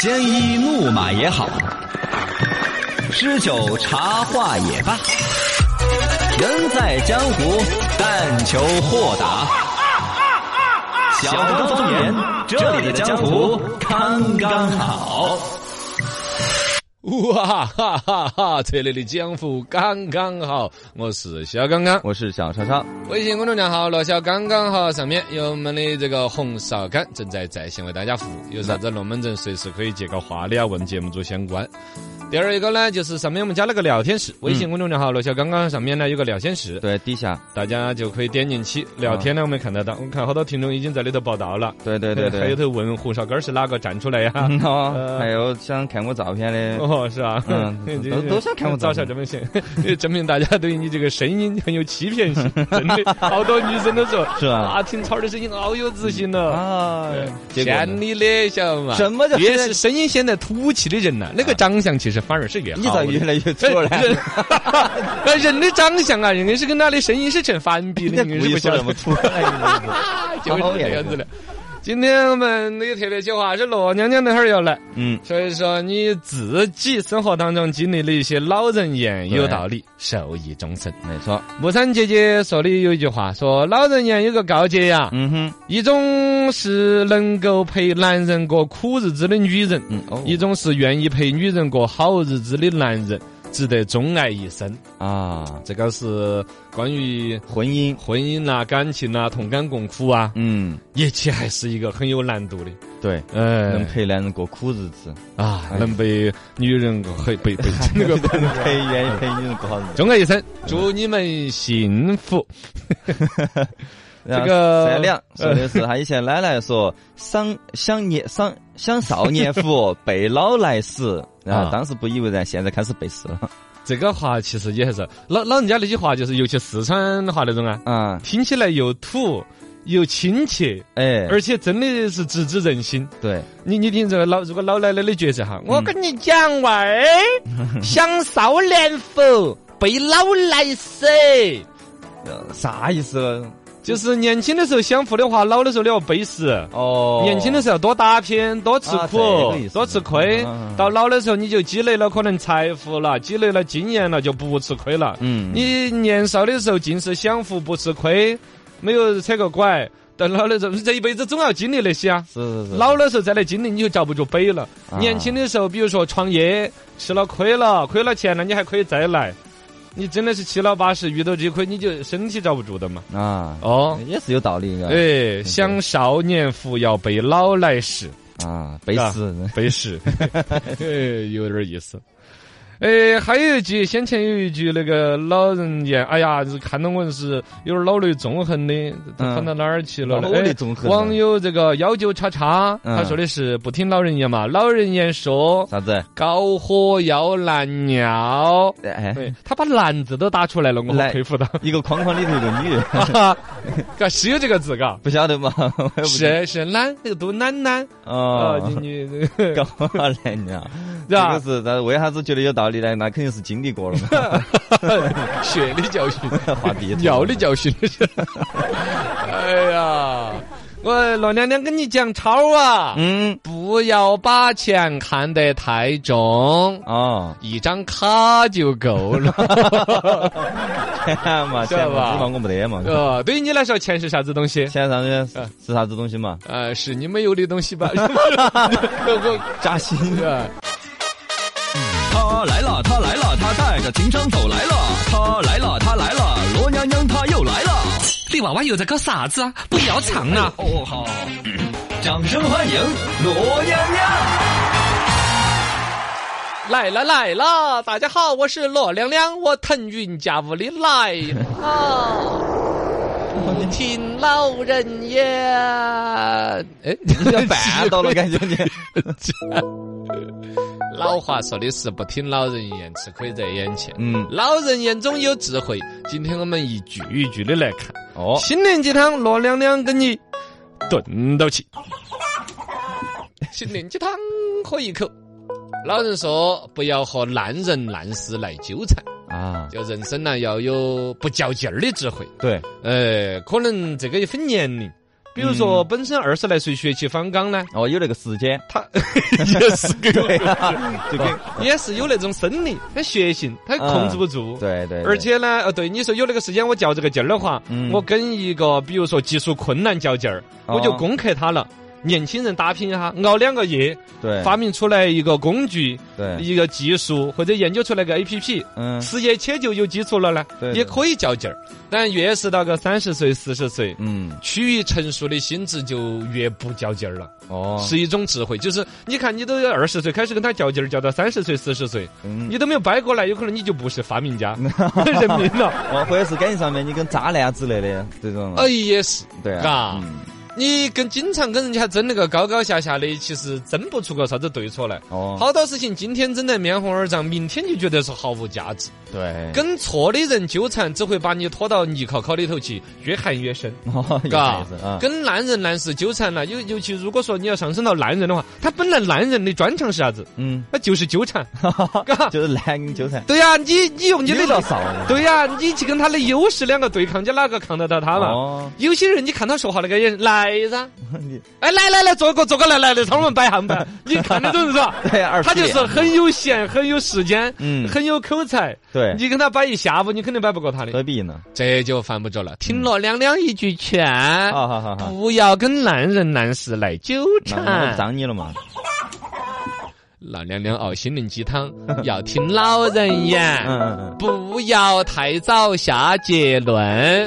鲜衣怒马也好，诗酒茶话也罢，人在江湖，但求豁达。小刚方言，这里的江湖刚刚好。哇哈哈哈！这里的江湖刚刚好，我是小刚刚。我是小超超，微信公众号“罗小刚刚好”上面有我们的这个红苕杆正在在线为大家服务，有啥子龙门阵随时可以接个话的啊，问节目组相关。第二一个呢，就是上面我们加了个聊天嗯室，微信公众号“罗小刚刚”上面呢有个聊天室，对，地下，大家就可以点进去聊天呢，我们看得到。我看好多听众已经在里头报道了，对对对还有对，头问红苕杆是哪个站出来呀、嗯 哦，呃还有想看我照片 的，哦，是啊， 嗯这都个都想看我照照相片证明显， 证明大家对你这个声音很有欺 骗性，真的，好多女生都说是吧啊，听超儿的声音好有自信嗯了。啊对，结果呢骗你的，晓得嘛？什么叫越现在是声音显得土气的人呐、那个长相其实反而是越好你的。咋越来 越人错了？人 那人的长相啊，人家是跟他的声音是成反比的，人家硬故是意不说 晓那得么突哎然，就是这样子的。今天我们的特别计划是罗娘娘那会儿要来，嗯，所以说你自己生活当中经历了一些老人言，有道理，受益终身。没错，木山姐姐说的有一句话，说老人言有个告诫呀，嗯哼，一种是能够陪男人过苦日子的女人，嗯哦，一种是愿意陪女人过好日子的男人，值得钟爱一生。啊，这个是关于婚姻，婚姻呐、感情呐、同甘共苦啊，嗯，一起还是一个很有难度的。对，嗯，能陪男人过苦日 子，啊，能被女人陪陪 陪那个 能陪愿意陪女人过好日子。钟爱一生，祝你们幸福。然后 这个三 两说的是他以前奶奶说赏享年赏享少年 福，背老来时。然后啊当时不以为然，现在开始背诗了 这个话其实也是老老人家那些话，就是尤其四川话那种啊，啊！听起来又土又亲切，哎，而且真的是直指人心。对，你你听这个老如果老奶奶的角色哈，我跟你讲娃儿，想少年福，被老来死。呃啥意思了？就是年轻的时候享福的话，老的时候你要背时。哦，年轻的时候多打拼，多吃苦，啊这个意思多吃亏。嗯到老的时候，你就积累了可能财富了，积累了经验了，就不吃亏了。嗯，你年少的时候尽是享福，不吃亏，没有扯个拐。到老的时候，这一辈子总要经历那些啊。是是是，老的时候再来经历，你就遭不住背了。啊年轻的时候，比如说创业，吃了亏了，亏了钱了，你还可以再来。你真的是七老八十遇到这些亏，你就身体遭不住的嘛。啊，哦，也是有道理的哎，享少年福，要被老来时。啊，背诗 背时， 有点意思。哎，还有一句，先前有一句那个老人言，哎呀，是看到我是有点脑内纵横的，都嗯翻到哪儿去了？脑内哎纵横网友这个幺九叉叉，嗯他说的是不听老人言嘛，老人言说啥子？高火要拦尿，哎， 对他把“拦”字都打出来了，我好来佩服 他。 一个框框里头一个女，啊，嘎是有这个字嘎，不晓得嘛？我 也不是是懒，那个读懒懒啊，哦你，你 搞啥来呢？是这啊个吧？是，但是为啥子觉得有道理呢？那肯定是经历过 了嘛，血的教训。画地图鸟的教训。哎呀，我老娘娘跟你讲超啊，嗯，不要把钱看得太重。哦， 哎一张卡就够了， 嘛，是钱嘛，吧指望我没得嘛。呃，对于你来说，钱是啥子东西？钱上面是是啥子东西嘛？呃，是你没有的东西吧？ 我扎心。呃他来了，他来了，他带着情商走来了。他来了，他来了，罗娘娘她又来了。你娃娃又在搞啥子啊？不要唱啊！哦，好，好好掌声欢迎罗娘娘。来了来了，大家好，我是罗亮亮，我腾云驾雾的来哦哦了。不听老人言， 哎，你要绊到了，感觉你。老话说的是不听老人言，吃亏在眼前。嗯，老人言中有智慧，今天我们一句一句的来看。哦，心灵鸡汤，罗娘娘跟你炖到 起。心灵鸡汤喝一口。老人说：“不要和烂人烂事来纠缠，啊，就人生呢要有不较劲儿的智慧。哎对，呃，可能这个也分年龄，比如说，嗯本身二十来岁学习访港呢， 哦，有那个时间，他也是给 对啊，就跟也是有那种生理，他学性，他控制不住。对对，对而且呢，呃，对你说有那个时间我较这个劲儿的话，嗯哦我跟一个比如说技术困难较劲儿，我就攻克它了。年轻人打拼一下，熬两个月，对发明出来一个工具、对，一个技术，或者研究出来个 A P P，嗯，事业且就有基础了呢对，对也可以较劲儿。但越是到个三十岁、四十岁，嗯，趋于成熟的心智就越不较劲儿了，哦，是一种智慧。就是你看，你都要二十岁开始跟他较劲儿，较到三十岁、四十岁，嗯你都没有掰过来，有可能你就不是发 明家、人民了。哦，或者是感情上面你跟渣男之类的这种，哎，也是，对啊嘎，嗯你跟经常跟人家争那个高高下下的，其实争不出个啥子对错来。哦，好多事情今天争得面红耳胀，明天就觉得是毫无价值。对，跟错的人纠缠，只会把你拖到泥靠靠里头去，越陷越深。哦，有嘎意思啊，跟烂人烂事纠缠了，尤尤其如果说你要上升到烂人的话，他本来烂人的专长是啥子？嗯，他就是纠缠，嘎。就是男人纠缠，对呀、你你用你的有点少 了对呀、你去跟他的优势两个对抗，你哪个抗得到他嘛？哦，有些人你看他说话那个也来噻，你哎来来来，坐个坐个来来来，他们摆hàng摆， 你看得懂是吧？对二十他就点是很有闲，很有时间，嗯很有口才。对你跟他摆一下午，你肯定摆不过他的。何必 呢？这就犯不着了。听嗯了娘娘一句劝，好好好好，不要跟烂人烂事来纠那那缠不。脏你了嘛？老娘娘熬心灵鸡 汤，要听老人嗯言，嗯嗯，不要太早下结论。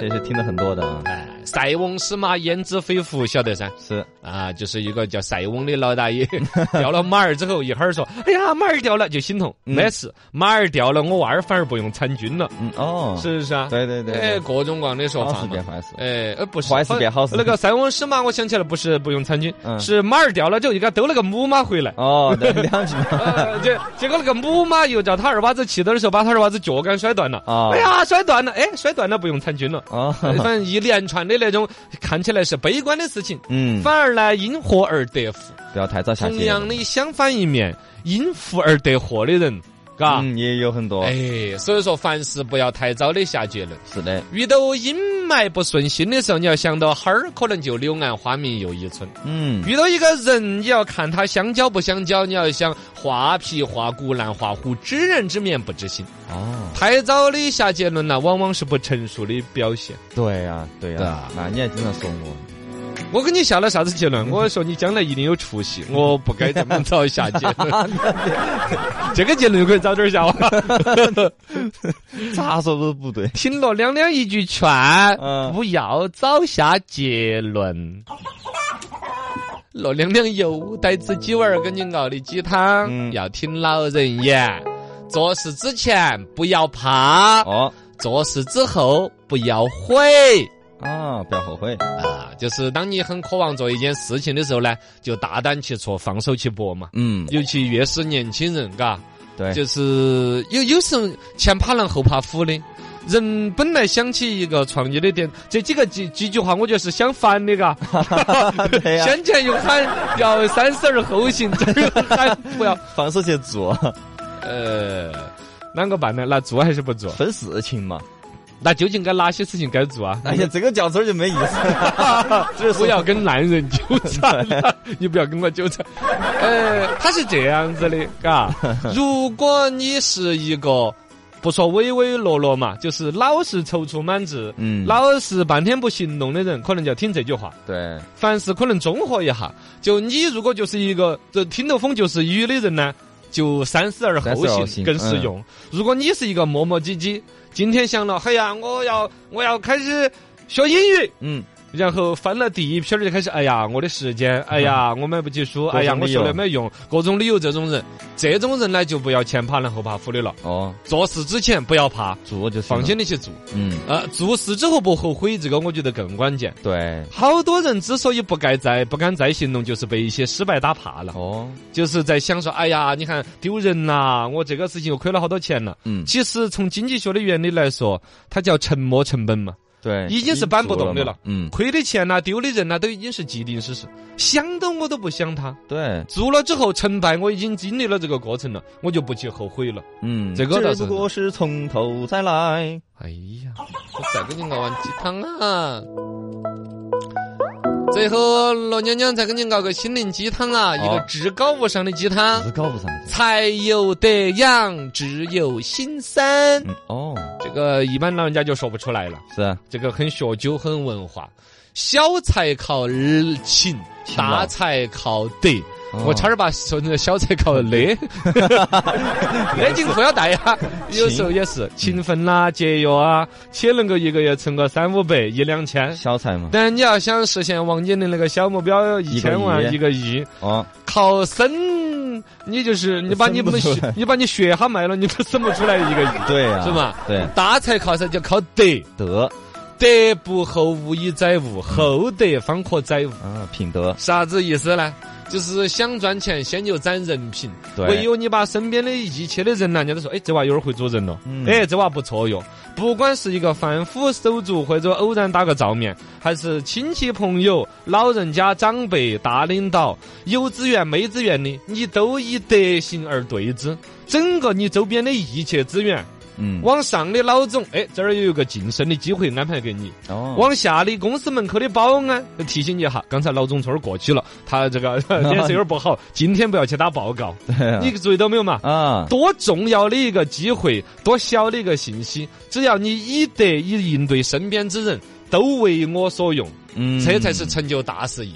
这是听了很多的啊，哎，塞翁失马，焉知非福，晓得噻？是，啊，就是一个叫塞翁的老 大爷掉了马儿之后，一会儿说：“哎呀，马儿掉了”，就心痛。嗯没事，马儿掉了，我娃儿反而不用参军了，嗯哦，是不是啊？对对对哎，对，各种各样的说好法事嘛变。坏事，哎，呃，不是，坏事变好事那个塞翁失马，我想起来，不是不用参军，嗯是马儿掉了之后，就给他兜了个母马 回来。哦，对两 句嘛，呃结结果那个母马又叫他二娃子骑的时候，把他二娃子脚杆摔断了。哦哎呀，摔断了！哎，摔断了，不用参 军了。哎哦，反正一连串的那种看起来是悲观的事情，嗯，反而呢因祸而得福。不要太早下同结样论，的相反一面，因福而得祸的人，嘎。嗯，也有很多，啊哎，所以说凡事不要太早的下结论。是的，遇到阴霾不顺心的时候，你要想到哈儿可能就柳暗花明又一村。嗯，遇到一个人，你要看他相交不相交，你要想画皮画骨难画虎，知人知面不知心。哦，太早的下结论呢，往往是不成熟的表现。对呀，对对呀啊，那你还经常说 我，我给你下了啥子结论？我说你将来一定有出息，我不该这么早下结论。这个结论可以早点下哇！咋说都不对，听了娘娘一句劝，嗯不要早下结论。老娘娘又带自己娃儿跟你熬的鸡汤，嗯要听老人言。做事之前不要怕，哦，做事之后不要悔。啊，不要后悔，啊，就是当你很渴望做一件事情的时候呢，就大胆去做，放手去搏嘛。嗯，尤其越是年轻人，嘎，对，就是有有时候前怕狼后怕虎的。人本来想起一个创业的点，这几个几几句话，我觉得是相反的，嘎。对哎呀，先前又喊要三思而后行，这儿又喊不要。放手去做，呃，啷个办呢？那做还是不做？分事情嘛，那究竟该哪些事情该做啊？哎呀，这个较真儿就没意思， 就是不说要跟男人纠缠了，你不要跟我纠缠。呃，他是这样子的，嘎，如果你是一个。不说唯唯诺诺嘛，就是老是踌躇满志，嗯老是半天不行动的人，可能就要听这句话。对，凡事可能综合一下，就你如果就是一个这听到风就是雨的人呢，就三思而后三思而行后行嗯更实用。如果你是一个磨磨唧唧，今天想了，嘿哎呀，我要我要开始学英语，嗯，然后翻了第一篇儿就开始，哎呀，我的时间，哎呀，我买不起书，哎呀，嗯各种我理由学了没用，各种理由，这种人，这种人呢就不要前怕狼后怕虎的了，哦，做事之前不要怕，做就行了放，心的去做，嗯，呃，做事之后不后悔，这个我觉得更关键。对，好多人之所以不该再不敢再行动，就是被一些失败打怕了，哦，就是在想说，哎呀，你看丢人呐、我这个事情又亏了好多钱了。嗯，其实从经济学的原理来说，它叫沉没成本嘛。对，已经是搬不动的了嘛嗯，亏的钱呐、丢的人呐、都已经是既定事实，想都我都不想他。对，做了之后成败，我已经经历了这个过程了，我就不去后悔了。嗯，这个倒是只不过是从头再来。哎呀，我再给你熬碗鸡汤啊！最后罗娘娘再给你熬个心灵鸡汤啊，一个哦至高无上的鸡汤是。搞不上去。才有德养，只有心酸。嗯，哦，这个一般老人家就说不出来了，是啊，这个很学究，很文化。小财靠勤，劳大财靠德。哦我差点把说那个小财靠勒，勒紧裤腰带呀。有时候也是嗯勤奋啦、节约啊，且能够一个月存个三五百、一两千。小菜嘛。但你要想实现王健的那个小目标，一千万、一一个亿，哦，靠生，你就是你把你生不们出来血，你把你血哈卖了，你都生不出来一个亿，对呀、是吧？对，大财靠啥？就靠德，德德不厚，无以载物；厚德方可载物。啊，品德，啥子意思呢？就是想赚钱，先就攒人品。对唯有你把身边的一切的人呐，人家都说，哎，这娃有点会做人了，嗯哎，这娃不错哟。不管是一个贩夫手足，或者偶然打个照面，还是亲戚朋友、老人家、长辈、大领导，有资源没资源的，你都以德行而对之。整个你周边的一切资源，嗯，往上的老总，哎，这儿有一个晋升的机会安排给你。哦，往下的公司门口的保安提醒一下，刚才老总从这儿过去了，他这个脸色有点不好，今天不要去打报告。对啊你注意到没有嘛？啊，多重要的一个机会，多小的一个信息，只要你以德以应对身边之人，都为我所用，嗯，这才是成就大事业。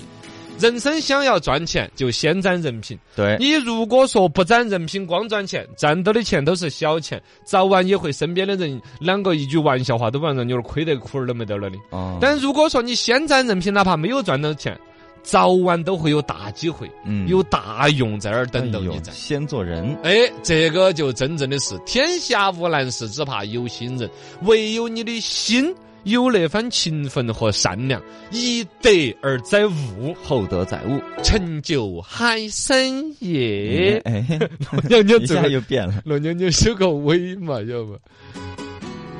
人生想要赚钱，就先攒人品。对，你如果说不攒人品，光赚钱，赚到的钱都是小钱，早晚也会身边的人啷个一句玩笑话都不让人有点亏得哭儿都没得了的。哦，但如果说你先攒人品，哪怕没有赚到钱，早晚都会有大机会，嗯有大用在那儿等到哎你呦在。先做人，哎，这个就真正的是天下无难事，只怕有心人。唯有你的心有那番勤奋和善良，以德而载物，厚德载物。成就海参业。 哎，要你一下又变了。龙妞妞收个尾嘛，要不？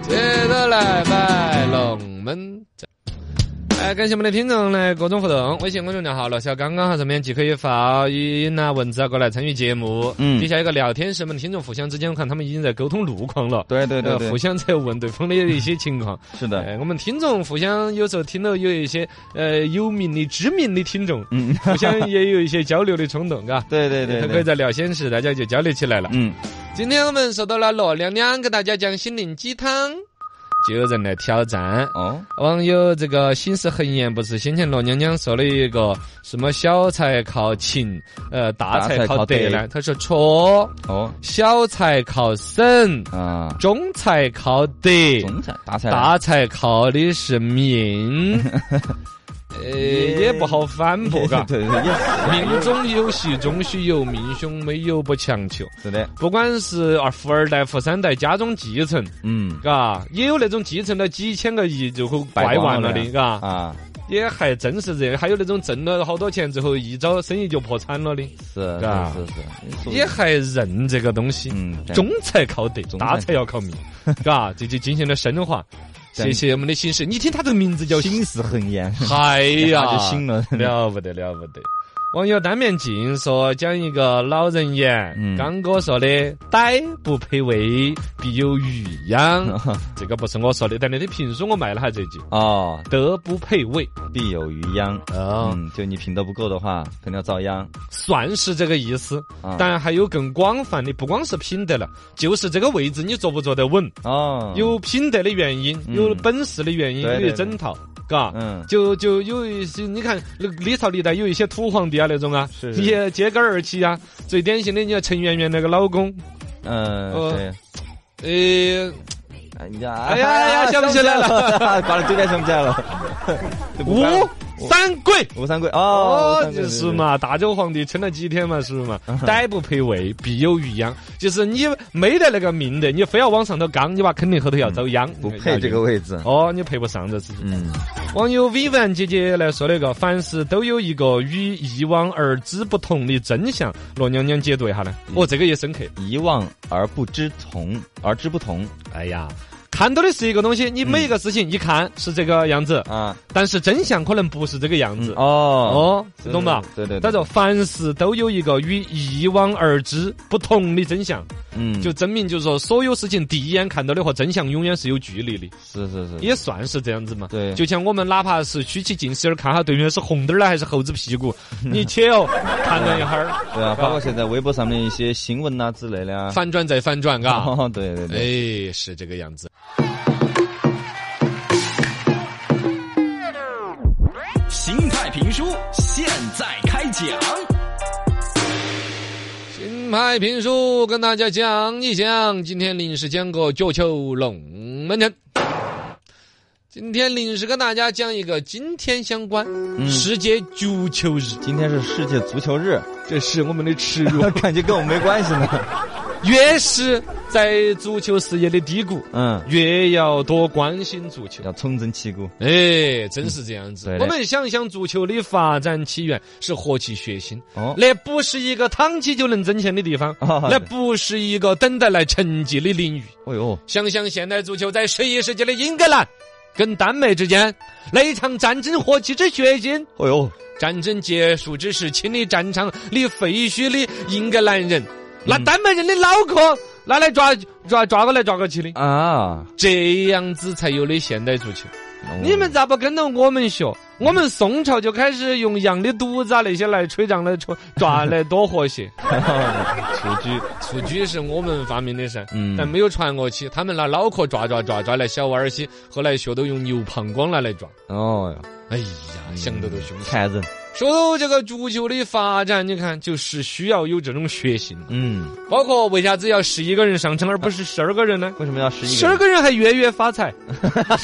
接着来摆龙门阵。哎，感谢我们的听众来各种互动，微信公众号“罗小刚刚”号上面既可以发语音呐、文字啊过来参与节目。嗯底下有个聊天室嘛，听众互相之间，我看他们已经在沟通路况了。对对对呃对互，相在问对方的一些情况。是的，哎，我们听众互相有时候听到有一些呃有名的、知名的听众，嗯，互相也有一些交流的冲动，嘎。对对 对他可以对，在聊天室，大家就交流起来了。嗯，今天我们收到了罗亮亮给大家讲心灵鸡汤，就有人来挑战。哦，网友这个心思恒言不是先前罗娘娘说了一个什么小财靠勤，呃大大财财靠靠德德呢？他说错，哦，小财靠省，啊，中财靠德，总裁，大才，。大财靠的是 命。呃，也不好反驳，嘎 对对，也是命中有喜，终须有；命凶没有，不强求。是的，不管是啊富二代、富三代，家中继承，嗯，嘎，也有那种继承了几千个亿最后败完了的，败光嘎，啊，也还真是这样。还有那种挣了好多钱之后，一招生意就破产了的，是嘎是是是，也还认这个东西。嗯，中才靠德，中才大才要 靠命，嘎，这就进行了升华。真谢谢我们的新事，你听他这个名字叫心思很严，嗨 呀，就心了， 了不得了不得。网友单面镜说，讲一个老人言，嗯刚哥说的“歹不配位，必有余 殃” 。这个不是我说的，但那天评书我卖了哈这句哦， “德不配位必有余殃。”，啊，嗯，就你品德不够的话，肯定要遭殃算是这个意思。啊。但还有更广泛的，不光是品德了，就是这个位置你坐不坐得稳，哦，有品德的原因，嗯有本事的原因，对有对一整套，嘎。嗯，就就有一些，你看那个历朝历代有一些土皇帝啊那种啊，是是也揭竿而起啊。最典型的，你看陈圆圆那个老公，嗯，呃对，呃，哎呀，哎呀 哎呀想不起来了， 把这该想不起来了。 吴 三桂。吴三桂哦哦，，就是，嘛，大周皇帝撑了几天嘛，是不是嘛？嗯逮不配位，必有余殃。就是你没得那个命的，你非要往上头刚，你娃肯定后头要遭殃。嗯哎不配这个位置。哦，你配不上这事情。嗯，网友 Vivian 姐姐来说了一个，凡事都有一个与以往而知不同的真相，罗娘娘嗯解读一下呢？哦，这个也深刻。遗忘而不知同，而知不同。哎呀，看到的是一个东西，你每一个事情一看是这个样子，啊，但是真相可能不是这个样子。哦哦，懂吧？对对对对他说凡事都有一个与一往而知不同的真相，嗯，就证明就是说，所有事情第一眼看到的和真相永远是有距离的，是是是，也算是这样子嘛。嗯对就像我们哪怕是虚起近视眼儿看下对面是红灯儿呢，还是猴子屁股，你且哦谈论一会儿，嗯 对 啊，包括现在微博上面一些新闻呐、之类的啊，反转再反转，嘎。 哦，对对对，啊哎，是这个样子。心态评书现在开讲。新派评书跟大家讲一讲，今天临时讲个脚球龙门阵。今天临时跟大家讲一个今天相关、世界足球日，嗯今天是世界足球日，这是我们的耻 辱。感觉跟我没关系呢。 越是在足球事业的低谷，嗯，越要多关心足球。要重整旗鼓。哎，真是这样子。嗯对的我们想想，足球的发展起源是何其血腥， 哦那不是一个躺起就能挣钱的地方， 哦那不是一个等待来成绩的领域。哦呦，想想现代足球在十一世纪的英格兰跟丹麦之间那一场战争何其之血腥！哦呦，战争结束之时，清理战场里废墟的英格兰人，那丹麦人的脑壳拿来抓抓抓过来抓过去的，啊！这样子才有的现代足球。你们咋不跟着我们学？我们宋朝就开始用羊的肚子啊那些来吹胀来抓抓来多和 谐。雏菊，蹴鞠是我们发明的噻，嗯但没有传过去。他们拿脑壳抓抓抓抓来小娃儿些，后来学都用牛膀胱拿来抓。哦，哎呀， 想得都凶。残忍，说到这个足球的发展，你看就是需要有这种血性，嗯，包括为啥子要十一个人上场而不是十二个人呢？为什么要十一十二个人还月月发财，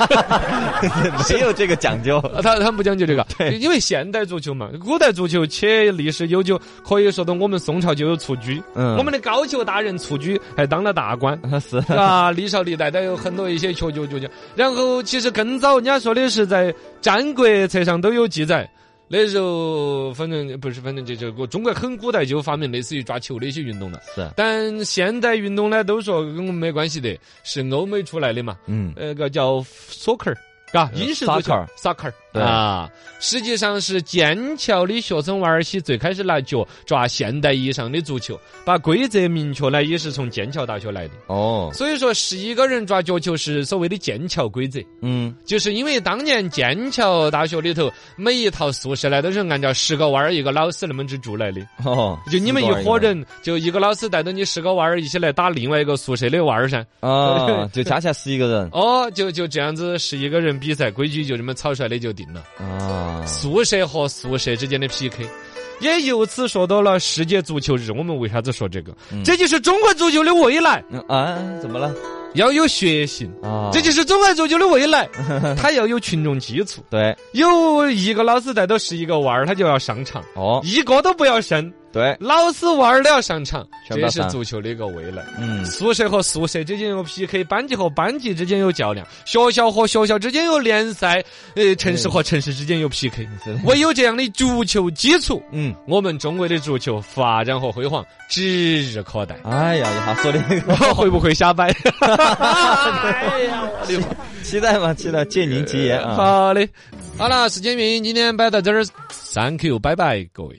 人？ 没有这个讲 究，啊 他他们不讲究 这个，因为现代足球嘛，古代足球且历史悠久，可以说到我们宋朝就有蹴鞠，嗯我们的高俅大人蹴鞠还当了大官， 是是吧？历朝历代都有很多一些确确确确。然后其实更早人家说的是在战国册上都有记载。那时候，反正不是，反正这这个中国很古代就发明类似于抓球的一些运动了。是，但现代运动呢，都说跟我们没关系的，是欧美出来的嘛。嗯，那个叫 soccer，嘎，英式足球呃 soccer soccer 对啊，实际上是剑桥的学生娃儿些最开始拿脚抓现代意义上的足球，把规则明确呢也是从剑桥大学来的。哦，所以说，十一个人抓脚球是所谓的剑桥规则，嗯，就是因为当年剑桥大学里头每一套宿舍呢都是按照十个娃儿一个老师那么子住来的。哦，就你们一伙人，就一个老师带着你十个娃儿一起来打另外一个宿舍的娃儿噻。啊， 就加起来十一个人哦，就就这样子，十一个人比赛规矩就这么草率的就定了， 啊，宿舍和宿舍之间的 PK。也由此说到了世界足球日，我们为啥子说这个？这就是中国足球的未来，嗯啊，怎么了？要有血性。啊，这就是中国足球的未来，它要有群众基础。对，有一个老师带到十一个娃儿，他就要上场，哦，一个都不要剩，对，老师娃儿都要上场，全部这要是上足球的一个未来。嗯，宿舍和宿舍之间有 PK，班级和班级之间有较量，学校和学校之间有联赛，呃，城市和城市之间有 PK。嗯 是的唯有这样的足球基础，嗯，。我们中国的足球发展和辉煌指日可待 哦哎呀，一下说的那个。 会不会瞎掰？ 哎呀，我的妈！期待嘛，期待，借您吉言啊。好嘞，好了，时间原因，今天摆到这儿，Thank you，拜拜，各位。